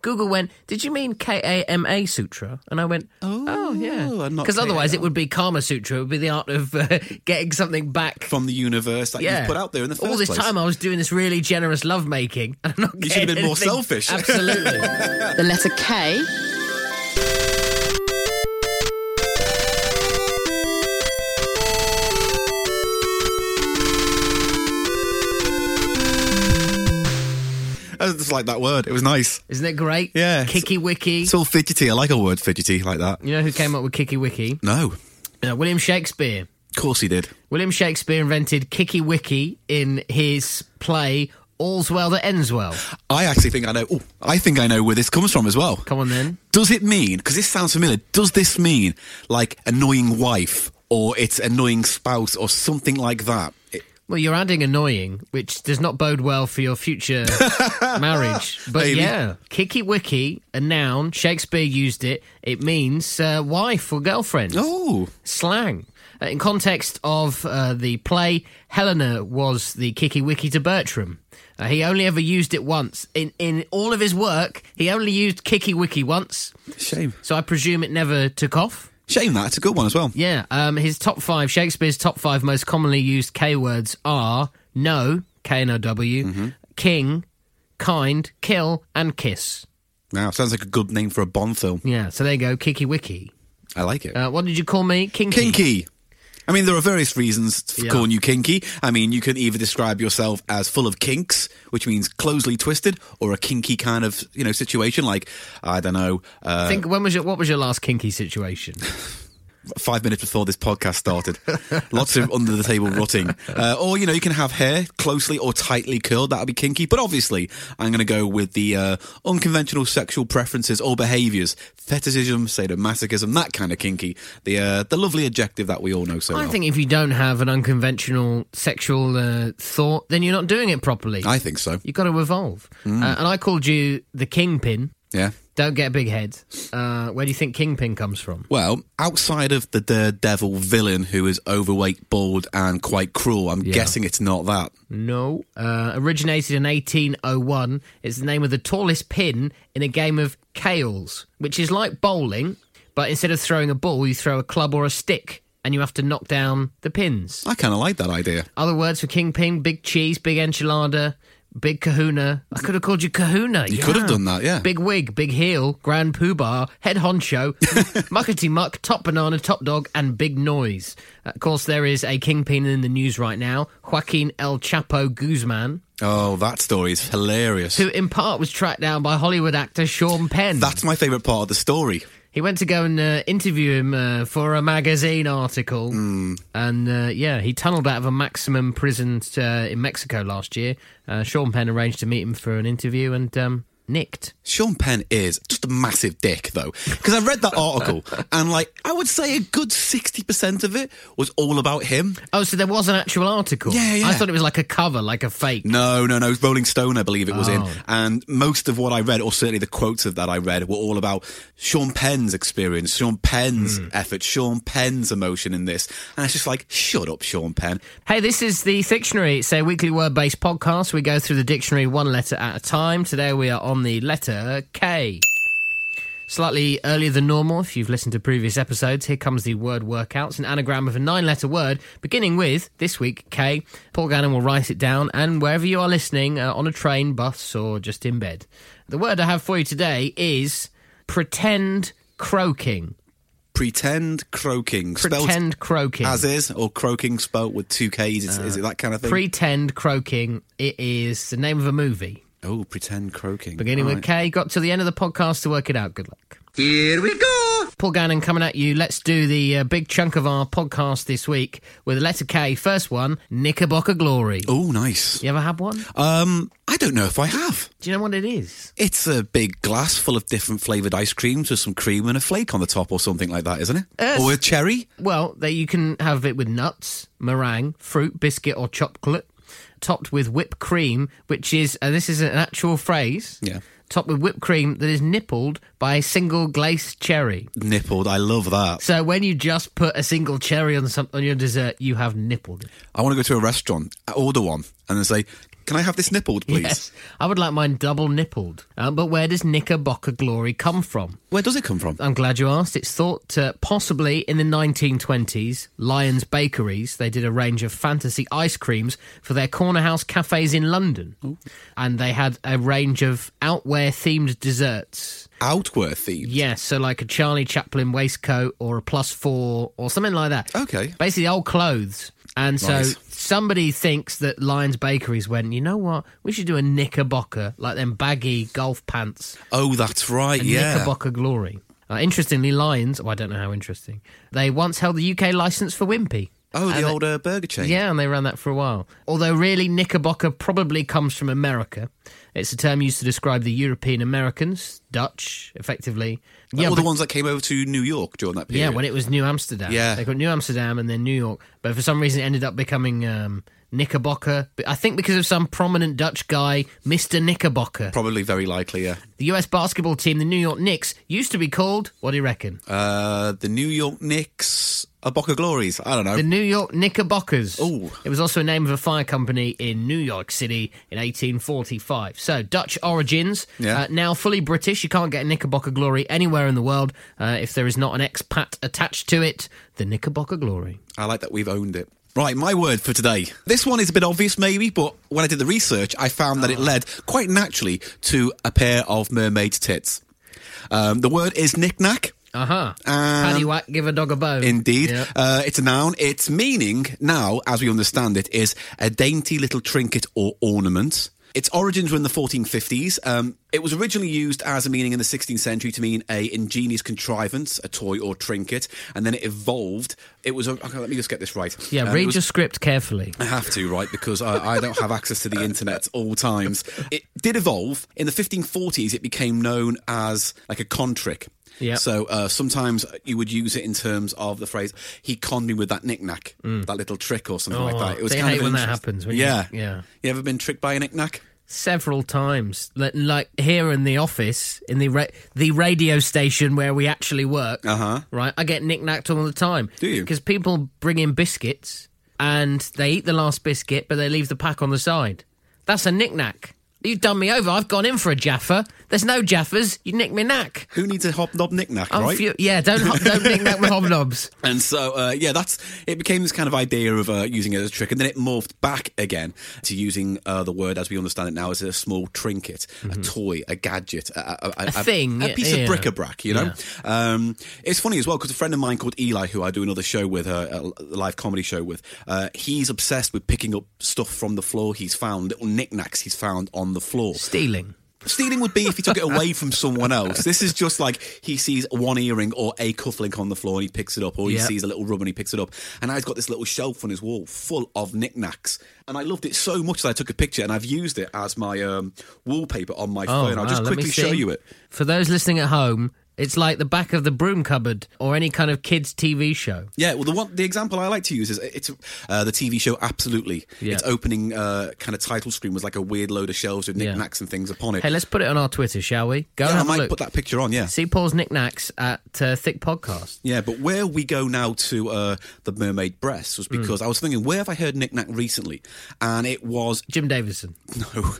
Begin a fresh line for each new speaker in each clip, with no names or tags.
Google went, Did you mean K A M A Sutra? And I went, Oh, yeah.
and not
Because otherwise
KL.
it would be Karma Sutra. It would be the art of uh, getting something back.
from the universe that
yeah.
you've put out there in the first
All this
place.
time I was doing this really generous lovemaking. and I'm not
You should have
getting
been more
anything.
selfish.
Absolutely.
The letter K
I just Uh, like that word. It was nice.
Isn't it great?
Yeah.
Kicky Wicky.
It's all fidgety. I like a word fidgety like that.
you know who came up with Kicky Wicky?
No.
Uh, William Shakespeare.
Of course he did.
William Shakespeare invented Kicky Wicky in his play All's Well That Ends Well.
I actually think I know. Oh, I think I know where this comes from as well.
Come on then.
Does it mean? Because this sounds familiar. Does this mean like annoying wife or it's annoying spouse or something like that? It-
Well, you're adding annoying, which does not bode well for your future marriage. But
Maybe.
yeah, Kicky Wicky, a noun. Shakespeare used it. It means uh, wife or girlfriend.
oh,
Slang. Uh, in context of uh, the play, Helena was the Kicky Wicky to Bertram. Uh, he only ever used it once. In, in all of his work, he only used Kicky Wicky once.
shame.
So I presume it never took off.
Shame that. It's a good one as well.
Yeah, um, his top five, Shakespeare's top five most commonly used K words are no, K N O W, king, kind, kill, and kiss.
Now, sounds like a good name for a Bond film.
Yeah, so there you go, Kiki Wiki.
I like it.
Uh, what did you call me? Kinky.
kinky. I mean, there are various reasons for
Yeah.
calling you kinky. I mean, you can either describe yourself as full of kinks, which means closely twisted, or a kinky kind of you know situation. Like I don't know, uh,
Think when was your what was your last kinky situation?
five minutes before this podcast started, lots of under the table rotting, uh, or you know, you can have hair closely or tightly curled. That would be kinky. But obviously, I'm going to go with the uh, unconventional sexual preferences or behaviours, fetishism, sadomasochism, that kind of kinky. The uh, the lovely adjective that we all know so
I
well.
think if you don't have an unconventional sexual uh, thought, then you're not doing it properly.
I think so.
You've got to evolve. Uh, and I called you the kingpin.
Yeah.
Don't get a big head. Uh, where do you think kingpin comes from?
Well, outside of the daredevil villain who is overweight, bald, and quite cruel, I'm guessing it's not that.
No. Uh, originated in 1801. It's the name of the tallest pin in a game of kales, which is like bowling, but instead of throwing a ball, you throw a club or a stick, and you have to knock down the pins.
I kind of like that idea.
Other words for kingpin: big cheese, big enchilada, big kahuna. I could have called you kahuna.
You could have done that, yeah.
Big wig, big heel, grand poobah, head honcho, muckety muck, top banana, top dog, and big noise. Of course, there is a kingpin in the news right now, Joaquin El Chapo Guzman,
Oh, that story is hilarious.
who in part was tracked down by Hollywood actor Sean Penn.
That's my favourite part of the story.
He went to go and uh, interview him uh, for a magazine article.
Hmm.
And uh, yeah, he tunneled out of a maximum prison uh, in Mexico last year. Uh, Sean Penn arranged to meet him for an interview and um, nicked.
Sean Penn is just a massive dick, though, because I read that article and, like, I would say a good 60% of it was all about him.
Oh, so there was an actual article?
Yeah, yeah.
I thought it was like a cover, like a fake.
No, no, no. Rolling Stone, I believe it was in.
Oh.
And most of what I read, or certainly the quotes of that I read, were all about Sean Penn's experience, Sean Penn's
Hmm.
effort, Sean Penn's emotion in this. And it's just like, shut up, Sean Penn.
Hey, this is the Dictionary. It's a weekly word based podcast. We go through the dictionary one letter at a time. Today we are on the letter K. Slightly earlier than normal, if you've listened to previous episodes, here comes the word workouts, an anagram of a nine letter word beginning with this week K. Paul Gannon will write it down, and wherever you are listening, uh, on a train, bus, or just in bed. The word I have for you today is pretend croaking.
Pretend croaking. spelt
Pretend croaking.
as is, or croaking spelt with two Ks. Is,
Uh,
is it that kind of thing?
Pretend croaking. It is the name of a movie.
oh, pretend croaking.
Beginning with K.
Right.
Got to the end of the podcast to work it out. Good luck. Here we go. Paul Gannon coming at you. Let's do the uh, big chunk of our podcast this week with the letter K. First one, Knickerbocker Glory.
Oh, nice.
You ever had one?
Um, I don't know if I have.
Do you know what it is?
It's a big glass full of different flavoured ice creams with some cream and a flake on the top or something like that, isn't it? or a cherry.
Well, that you can have it with nuts, meringue, fruit, biscuit, or chocolate, topped with whipped cream, which is uh, this is an actual phrase.
Yeah.
Topped with whipped cream that is nippled by a single glazed cherry.
Nippled. I love that.
So when you just put a single cherry on some on your dessert, you have nippled it.
I want to go to a restaurant, I order one, and then say, Can I have this nippled, please?
Yes. I would like mine double nippled. Um, but where does knickerbocker glory come from?
Where does it come from?
I'm glad you asked. It's thought uh, possibly in the 1920s, Lyons Bakeries, they did a range of fantasy ice creams for their corner house cafes in London. And they had a range of outwear themed desserts.
Outworth themed.
Yes, so like a Charlie Chaplin waistcoat or a plus four or something like that.
Okay.
Basically, old clothes. And so
Nice.
somebody thinks that Lyons Bakeries went, you know what? We should do a knickerbocker, like them baggy golf pants.
Oh, that's right. yeah.
Knickerbocker Glory. Uh, interestingly, Lions, oh, I don't know how interesting, they once held the UK license for Wimpy.
Oh,
And
the
they-
old uh, burger chain.
Yeah, and they ran that for a while. Although, really, Knickerbocker probably comes from America. It's a term used to describe the European Americans, Dutch, effectively.
All the
but-
ones that came over to New York during that
yeah,
period.
when it was New Amsterdam.
Yeah.
They got New Amsterdam and then New York. But for some reason, it ended up becoming um, Knickerbocker. But I think because of some prominent Dutch guy, Mr. Knickerbocker.
Probably very likely, yeah.
The US basketball team, the New York Knicks, used to be called, what do you reckon?
Uh, the New York Knicks, a Boca Glories. I don't know.
The New York Knickerbockers.
Ooh.
It was also a name of a fire company in New York City in 1845. So, Dutch origins,
Yeah.
uh, now fully British. You can't get Knickerbocker glory anywhere in the world uh, if there is not an expat attached to it. The Knickerbocker glory.
I like that we've owned it. Right, my word for today. This one is a bit obvious, maybe, but when I did the research, I found
Ah.
that it led quite naturally to a pair of mermaid's tits. Um, the word is knick-knack.
Uh huh.
Um,
Paddywhack, give a dog a bone.
Indeed.
Yeah.
Uh, it's a noun. Its meaning, now, as we understand it, is a dainty little trinket or ornament. Its origins were in the 1450s. Um, it was originally used as a meaning in the 16th century to mean a ingenious contrivance, a toy or trinket, and then it evolved. It was. A, okay, let me just get this right.
Yeah,
Um, it
read
was-
your script carefully.
I have to, right? Because I, I don't have access to the internet at all times. It did evolve. In the 1540s, it became known as like a con trick.
Yeah.
So uh, sometimes you would use it in terms of the phrase "he conned me with that knick-knack," that little trick or something like
Mm. Oh,
that. It was
they
kind
hate
of
when that
interest-
happens, when you-
yeah,
yeah.
You ever been tricked by a knick-knack?
several times Li- like here in the office in the ra- the radio station where we actually work
Uh-huh.
right i get knick-knacked all the time
Do you?
because people bring in biscuits and they eat the last biscuit but they leave the pack on the side that's a knick-knack you've done me over i've gone in for a jaffa there's no jaffas you nick me knack
Who needs a hobnob knick-knack,
I'm
right?
fu- yeah don't ho- don't knick-knack with hobnobs
And so, uh, yeah, that's it. Became this kind of idea of uh, using it as a trick, and then it morphed back again to using uh, the word as we understand it now as a small trinket, a toy, a gadget, a, a, a,
Mm-hmm. thing,
a piece
yeah.
of bric-a-brac. You know, um, it's funny as well because a friend of mine called Eli, who I do another show with, uh, a live comedy show with, uh, he's obsessed with picking up stuff from the floor. He's found little knickknacks he's found on the floor.
stealing
Stealing would be if he took it away from someone else. This is just like he sees one earring or a cufflink on the floor and he picks it up, or he
Yeah.
sees a little rub and he picks it up. And I've got this little shelf on his wall full of knickknacks, and I loved it so much that I took a picture and I've used it as my um, wallpaper on my phone. I'll just
Oh, wow, let me
quickly show
see.
you it.
for those listening at home it's like the back of the broom cupboard or any kind of kids tv show
Yeah, well, the one the example I like to use is it's uh, the TV show Absolutely.
Yeah.
Its opening uh, kind of title screen was like a weird load of shelves with
Yeah.
knickknacks and things upon it.
Hey, let's put it on our Twitter, shall we? Go
Yeah,
and
I
have a
might
look.
put that picture on. Yeah.
See Paul's knickknacks at uh, Thick Podcast.
Yeah, but where we go now to uh, the mermaid breasts was because I was thinking, where have I heard knick knack recently? And it was
Jim Davison.
no,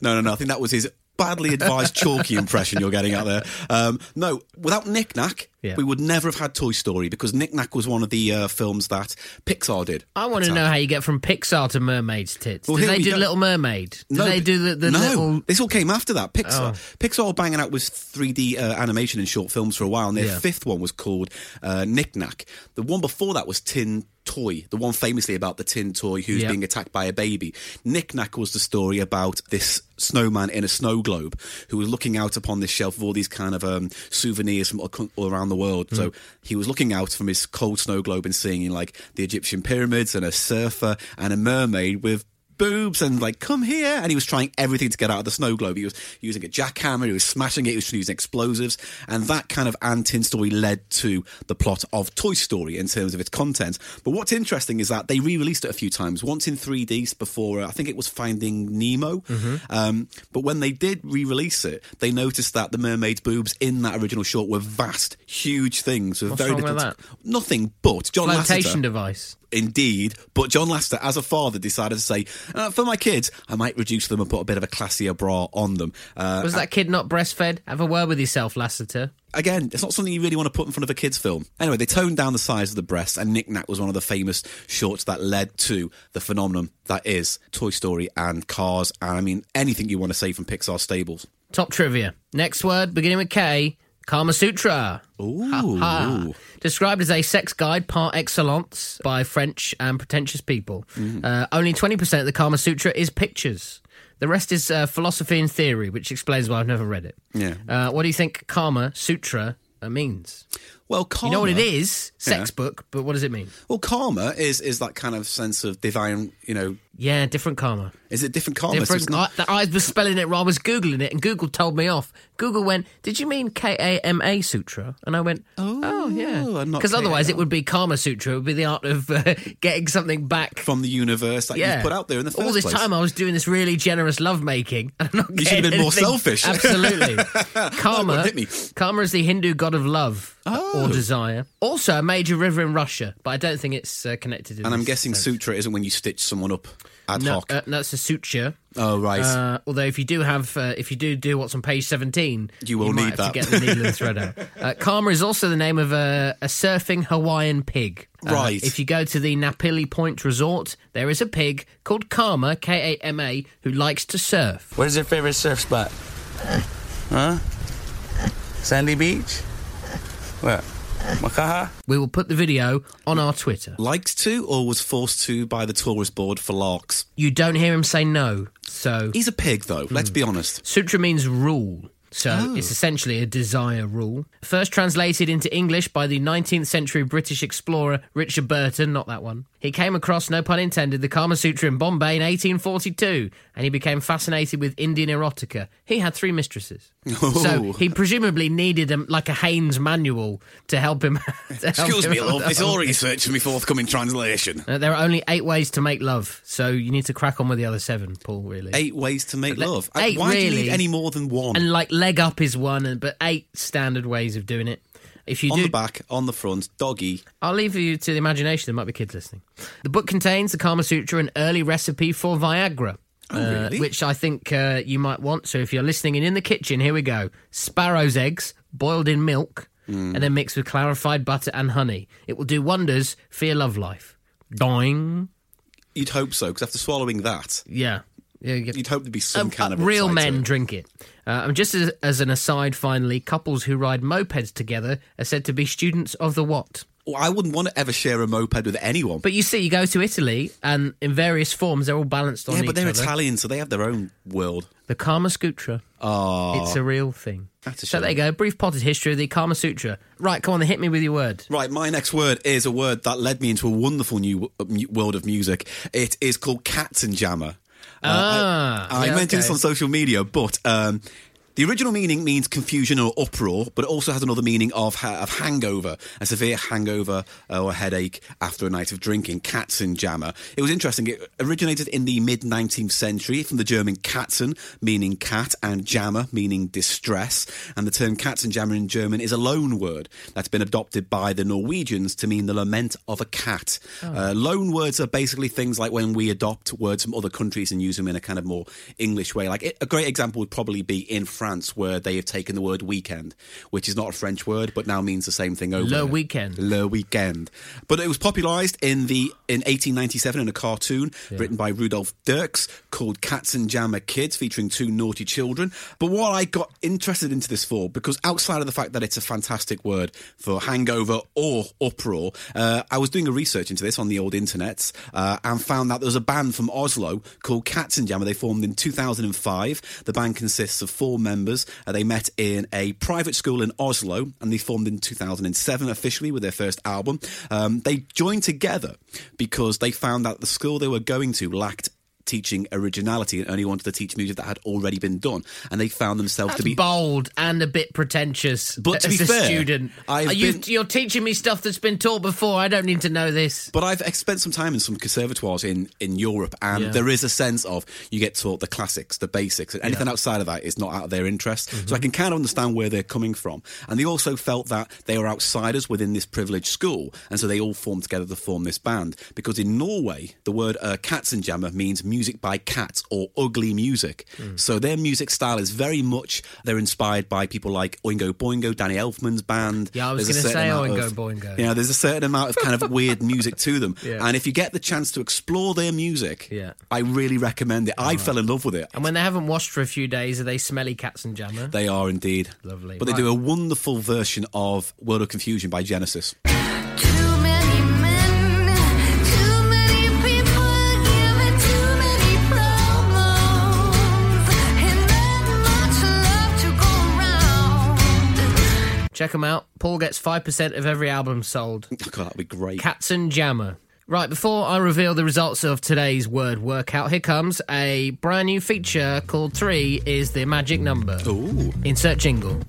no, no, no. I think that was his badly advised chalky impression you're getting out there. Um, no, without knick knack,
Yeah.
we would never have had Toy Story because knick knack was one of the uh, films that Pixar did.
I want to know how you get from Pixar to Mermaid's Tits.
Well,
Did
here
they
we
do
go.
Little Mermaid? Did they do the, the
no,
little. Oh.
this all came after that. Pixar, Pixar were banging out with 3D uh, animation in short films for a while, and their
Yeah.
fifth one was called uh, Knick Knack. The one before that was Tin Toy, the one famously about the tin toy who's
Yeah.
being attacked by a baby. Knick Knack was the story about this snowman in a snow globe who was looking out upon this shelf of all these kind of um, souvenirs from all, all around the world. So
Mm.
he was looking out from his cold snow globe and seeing like the Egyptian pyramids and a surfer and a mermaid with boobs and like come here and he was trying everything to get out of the snow globe he was using a jackhammer he was smashing it he was using explosives and that kind of antin story led to the plot of toy story in terms of its content but what's interesting is that they re-released it a few times once in 3d before uh, i think it was finding nemo
Mm-hmm.
um, but when they did re-release it they noticed that the mermaid's boobs in that original short were vast huge things with
What's
very
wrong with
little
that?
nothing but john
flotation
Lasseter
device.
indeed. But John Lester, as a father, decided to say, uh, for my kids, I might reduce them and put a bit of a classier bra on them. Uh,
Was that kid not breastfed? Have a word with yourself, Lassiter.
again, it's not something you really want to put in front of a kids' film. Anyway, they toned down the size of the breasts, and Knick Knack was one of the famous shorts that led to the phenomenon that is Toy Story and Cars, and I mean anything you want to say from Pixar stables.
Top trivia. Next word, beginning with K, Kama Sutra.
Ooh,
Ah. Described as a sex guide par excellence by French and pretentious people.
Mm-hmm.
Uh, only 20% of the Kama Sutra is pictures. The rest is uh, philosophy and theory, which explains why I've never read it.
Yeah.
Uh, what do you think Kama Sutra uh, means?
well, karma,
You know what it is? Sex book, but what does it mean?
Well, karma is is that kind of sense of divine. You know,
Yeah, different Karma.
is it different karma? So it's
Different.
not-
I, that- I was spelling it wrong. I was googling it, and Google told me off. Google went, "Did you mean K A M A Sutra?" And I went, "Oh, yeah,"
and not
because otherwise it
KAM.
would be Karma Sutra. It would be the art of uh, getting something back.
from the universe that
yeah,
you've put out there in the first
all this
place.
time I was doing this really generous lovemaking. and I'm not
You should have
getting
been more
anything.
selfish.
Absolutely,
Oh,
karma.
hit me. Oh.
Karma is the Hindu god of love or desire. Also, a major river in Russia, but I don't think it's uh, connected.
and I'm guessing sutra isn't when you stitch someone up ad
no,
hoc.
uh, that's a suture.
oh right.
Uh, although if you do have, uh, if you do do what's on page seventeen,
You will
might
need
have
that.
to get the needle and thread out. Uh, Karma is also the name of a, a surfing Hawaiian pig. Uh,
Right.
If you go to the Napili Point Resort, there is a pig called Karma K A M A who likes to surf.
Where's your favorite surf spot? Huh? Sandy Beach? What? Makaha?
We will put the video on our Twitter.
Liked to or was forced to by the tourist board for larks.
You don't hear him say no, so
He's a pig, though. Let's
Hmm.
be honest.
Sutra means rule. So it's essentially a desire rule. First translated into English by the 19th century British explorer Richard Burton, not that one. He came across, no pun intended, the Kama Sutra in Bombay in 1842 and he became fascinated with Indian erotica. He had three mistresses. So
Oh.
he presumably needed a, like a Haynes manual to help him. to help him out.
research for me forthcoming translation.
Uh, There are only eight ways to make love, so you need to crack on with the other seven, Paul, really.
Eight ways to make love. Uh,
eight,
Why do you
really?
need any more than one?
and like leg up is one, and but eight standard ways of doing it. If you
on
do,
the back, on the front, doggy.
I'll leave you to the imagination. There might be kids listening. The book contains the Kama Sutra, an early recipe for Viagra, uh,
Oh, really?
which I think uh, you might want. So if you're listening and in the kitchen, here we go: sparrow's eggs boiled in milk and then mixed with clarified butter and honey. It will do wonders for your love life. Doing,
You'd hope so, because after swallowing that,
yeah, yeah. you get-
you'd hope there'd be some
Um,
kind
uh,
of
real
upside to
men
it.
drink it. Uh, and just as, as an aside, finally, couples who ride mopeds together are said to be students of the what?
Well, I wouldn't want to ever share a moped with anyone.
But you see, you go to Italy, and in various forms, they're all balanced on
yeah,
each
but they're
other.
Italian, so they have their own world.
the Kama Sutra.
Oh,
It's a real thing.
That's a
so there you
shame.
go. Brief potted history of the Kama Sutra. Right, come on, then hit me with your word.
Right, my next word is a word that led me into a wonderful new uh, mu- world of music. It is called Katzenjammer. Uh,
Ah,
I, I
yeah,
mentioned this
okay.
on social media, but um, the original meaning means confusion or uproar, but it also has another meaning of, ha- of hangover, a severe hangover uh, or headache after a night of drinking. Katzenjammer. It was interesting. It originated in the mid 19th century from the German Katzen, meaning cat, and jammer, meaning distress. And the term Katzenjammer in German is a loan word that's been adopted by the Norwegians to mean the lament of a cat.
Oh.
Uh, loan words are basically things like when we adopt words from other countries and use them in a kind of more English way. Like it- a great example would probably be in France, where they have taken the word weekend, which is not a French word, but now means the same thing over
Le
here.
weekend.
Le Weekend. But it was popularized in the in 1897 in a cartoon written by Rudolf Dirks called Cats and Jammer Kids, featuring two naughty children. But what I got interested into this for, because outside of the fact that it's a fantastic word for hangover or uproar, uh, I was doing a research into this on the old internet uh, and found out there was a band from Oslo called Cats and Jammer. They formed in 2005. The band consists of four members. Uh, they met in a private school in Oslo and they formed in 2007 officially with their first album. Um, they joined together because they found that the school they were going to lacked teaching originality and only wanted to teach music that had already been done. And they found themselves
That's
to be
bold and a bit pretentious.
But to
as
be
a
fair,
student,
I've
Are you,
been-
you're teaching me stuff that's been taught before. I don't need to know this.
But I've ex- spent some time in some conservatoires in, in Europe, and
Yeah.
there is a sense of you get taught the classics, the basics, and anything outside of that is not out of their interest.
Mm-hmm.
So I can kind of understand where they're coming from. And they also felt that they were outsiders within this privileged school, and so they all formed together to form this band. Because in Norway, the word uh, katzenjammer means music by cats or ugly music.
Mm.
So their music style is very much, they're inspired by people like Oingo Boingo, Danny Elfman's band.
Yeah, I was
There's a
gonna
certain
say
amount
Oingo
of-
Boingo.
Yeah, now, there's a certain amount of kind of weird music to them.
Yeah.
And if you get the chance to explore their music,
Yeah.
I really recommend it. I fell in love with it.
And when they haven't washed for a few days, are they smelly cats and jammer?
They are indeed.
Lovely.
But they do a wonderful version of World of Confusion by Genesis.
Too many men, too many people giving too many promos, and not much love to go around.
Check them out. Paul gets 5% of every album sold.
Oh, God, that'd be great.
Cats and Jammer. Right, before I reveal the results of today's word workout, here comes a brand new feature called Three is the Magic Number.
Ooh.
Insert jingle.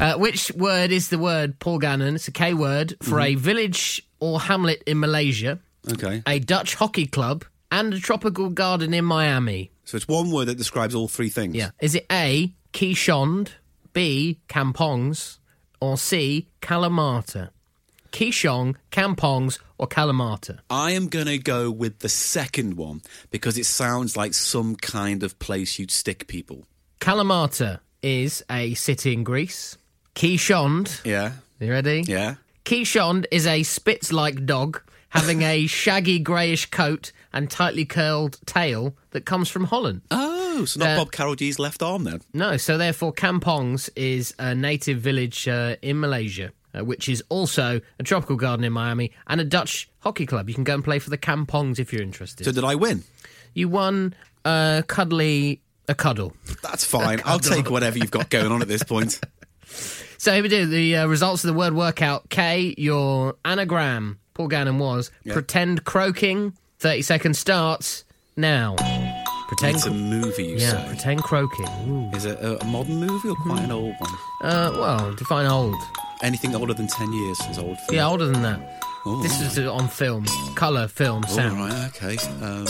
Uh, which word is the word Paul Gannon? It's a K word for a village or hamlet in Malaysia,
Okay.
a Dutch hockey club, and a tropical garden in Miami.
So it's one word that describes all three things.
Yeah. Is it A, quichond, B, campongs, or C, calamata? Quichong, campongs, or calamata?
I am going to go with the second one because it sounds like some kind of place you'd stick people.
Calamata is a city in Greece. Quichond,
Yeah.
you ready?
Yeah.
Quichond is a spitz like dog having a shaggy greyish coat and tightly curled tail that comes from Holland.
Oh, so not
Uh,
Bob Carroll G's left arm then.
No, so therefore, Kampongs is a native village uh, in Malaysia, uh, which is also a tropical garden in Miami and a Dutch hockey club. You can go and play for the Kampongs if you're interested.
So did I win?
you won a cuddly a cuddle.
That's fine. I'll take whatever you've got going on at this point.
So here we do the uh, results of the word workout. K, your anagram, Paul Gannon was pretend croaking. Thirty second starts now. Pretend.
It's a movie, you
yeah,
say.
pretend Mm-hmm. croaking. Ooh.
Is it a, a modern movie or quite an old one?
Uh, well, define old.
Anything older than 10 years is old for me.
Yeah, older than that.
Oh,
This is on film, color, film,
all
sound.
right, okay. Um,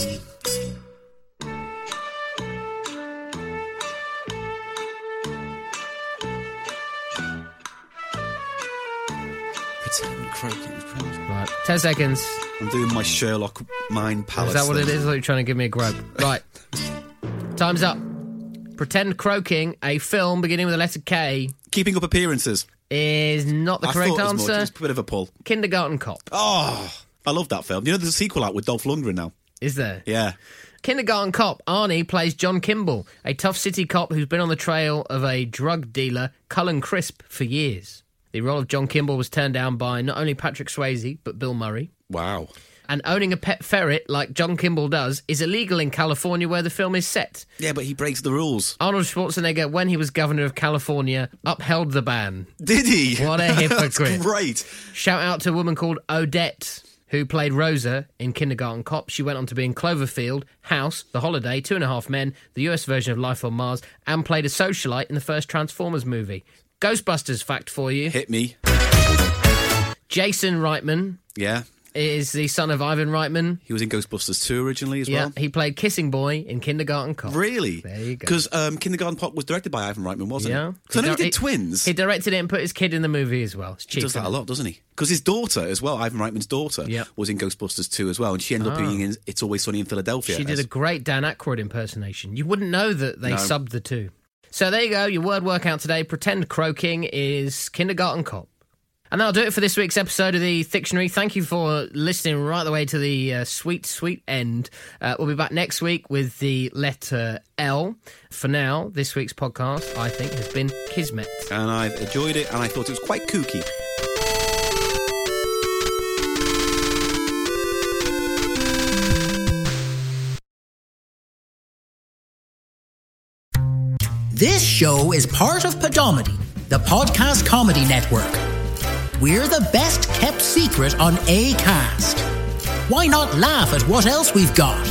pretend croaking is pretend-
Right, ten seconds.
I'm doing my Sherlock mind
Is
palace.
that what it
thing.
is? Or are you trying to give me a grope? Right. Time's up. Pretend Croaking, a film beginning with the letter K,
Keeping up appearances.
is not the
I
correct
thought as much.
answer.
It's a bit of a pull.
Kindergarten Cop,
Oh, I love that film. You know, there's a sequel out with Dolph Lundgren now.
is there?
Yeah.
Kindergarten Cop, Arnie plays John Kimball, a tough city cop who's been on the trail of a drug dealer, Cullen Crisp, for years. The role of John Kimball was turned down by not only Patrick Swayze, but Bill Murray.
Wow.
And owning a pet ferret, like John Kimball does, is illegal in California where the film is set.
Yeah, but he breaks the rules.
Arnold Schwarzenegger, when he was governor of California, upheld the ban.
Did he?
What a hypocrite.
That's great.
Shout out to a woman called Odette, who played Rosa in Kindergarten Cop. She went on to be in Cloverfield, House, The Holiday, Two and a Half Men, the US version of Life on Mars, and played a socialite in the first Transformers movie. Ghostbusters fact for you
Hit me.
Jason Reitman
Yeah.
is the son of Ivan Reitman.
He was in Ghostbusters 2 originally as
Yeah,
well.
he played Kissing Boy in Kindergarten Cop.
Really?
There you go.
Because um, Kindergarten Pop was directed by Ivan Reitman, wasn't
Yeah.
it? Because I know he
di-
did Twins.
He directed it and put his kid in the movie as well. It's
he
cheap.
does that
isn't
a
it?
lot, doesn't he? Because his daughter as well, Ivan Reitman's daughter,
Yeah. Ah.
was in Ghostbusters 2 as well. And she ended up being in It's Always Sunny in Philadelphia.
She did
as-
a great Dan Aykroyd impersonation. You wouldn't know that they
No.
subbed the two. So there you go. Your word workout today. Pretend croaking is kindergarten cop. And that'll do it for this week's episode of the Dictionary. Thank you for listening right the way to the uh, sweet, sweet end. Uh, we'll be back next week with the letter L. For now, this week's podcast, I think, has been Kismet.
and I've enjoyed it, and I thought it was quite kooky.
This show is part of Podomedy, the podcast comedy network. We're the best kept secret on ACAST. why not laugh at what else we've got?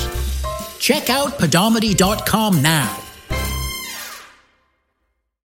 Check out Podomedy.com now